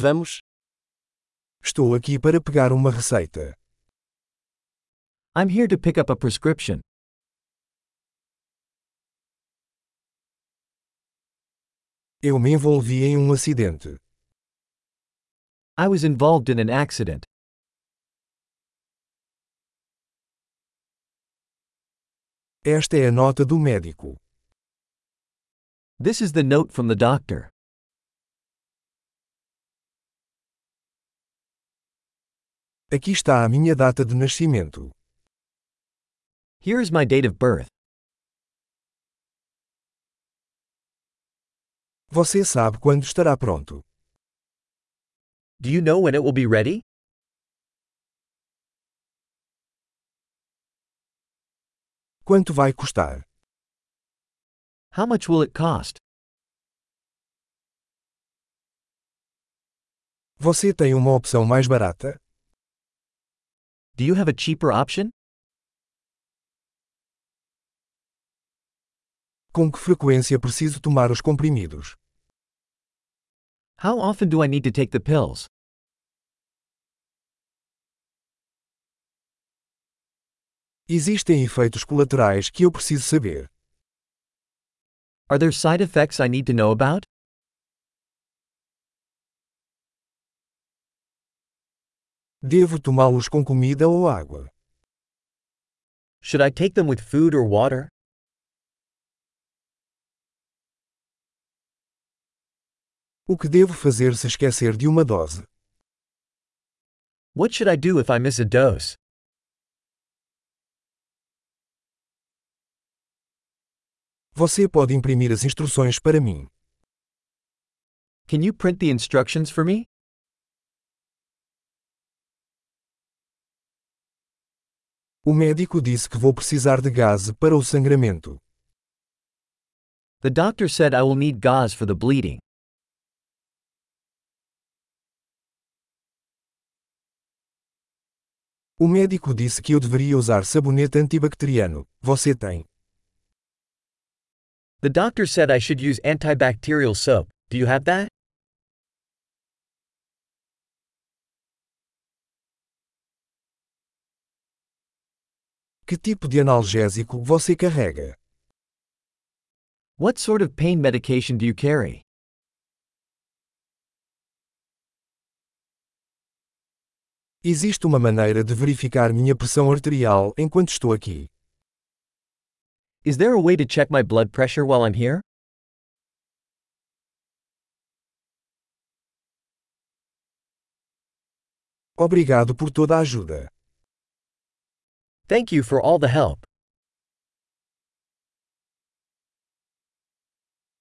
Vamos. Estou aqui para pegar uma receita. I'm here to pick up a prescription. Eu me envolvi em um acidente. I was involved in an accident. Esta é a nota do médico. This is the note from the doctor. Aqui está a minha data de nascimento. Here is my date of birth. Você sabe quando estará pronto. Do you know when it will be ready? Quanto vai custar? How much will it cost? Você tem uma opção mais barata? Do you have a cheaper option? Com que frequência preciso tomar os comprimidos? How often do I need to take the pills? Existem efeitos colaterais que eu preciso saber. Are there side effects I need to know about? Devo tomá-los com comida ou água? Should I take them with food or water? O que devo fazer se esquecer de uma dose? What should I do if I miss a dose? Você pode imprimir as instruções para mim. Can you print the instructions for me? O médico disse que vou precisar de gás para o sangramento. The doctor said I will need gauze for the bleeding. O médico disse que eu deveria usar sabonete antibacteriano. Você tem? The doctor said I should use antibacterial soap. Do you have that? Que tipo de analgésico você carrega? What sort of pain medication do you carry? Existe uma maneira de verificar minha pressão arterial enquanto estou aqui. Is there a way to check my blood pressure while I'm here? Obrigado por toda a ajuda. Thank you for all the help.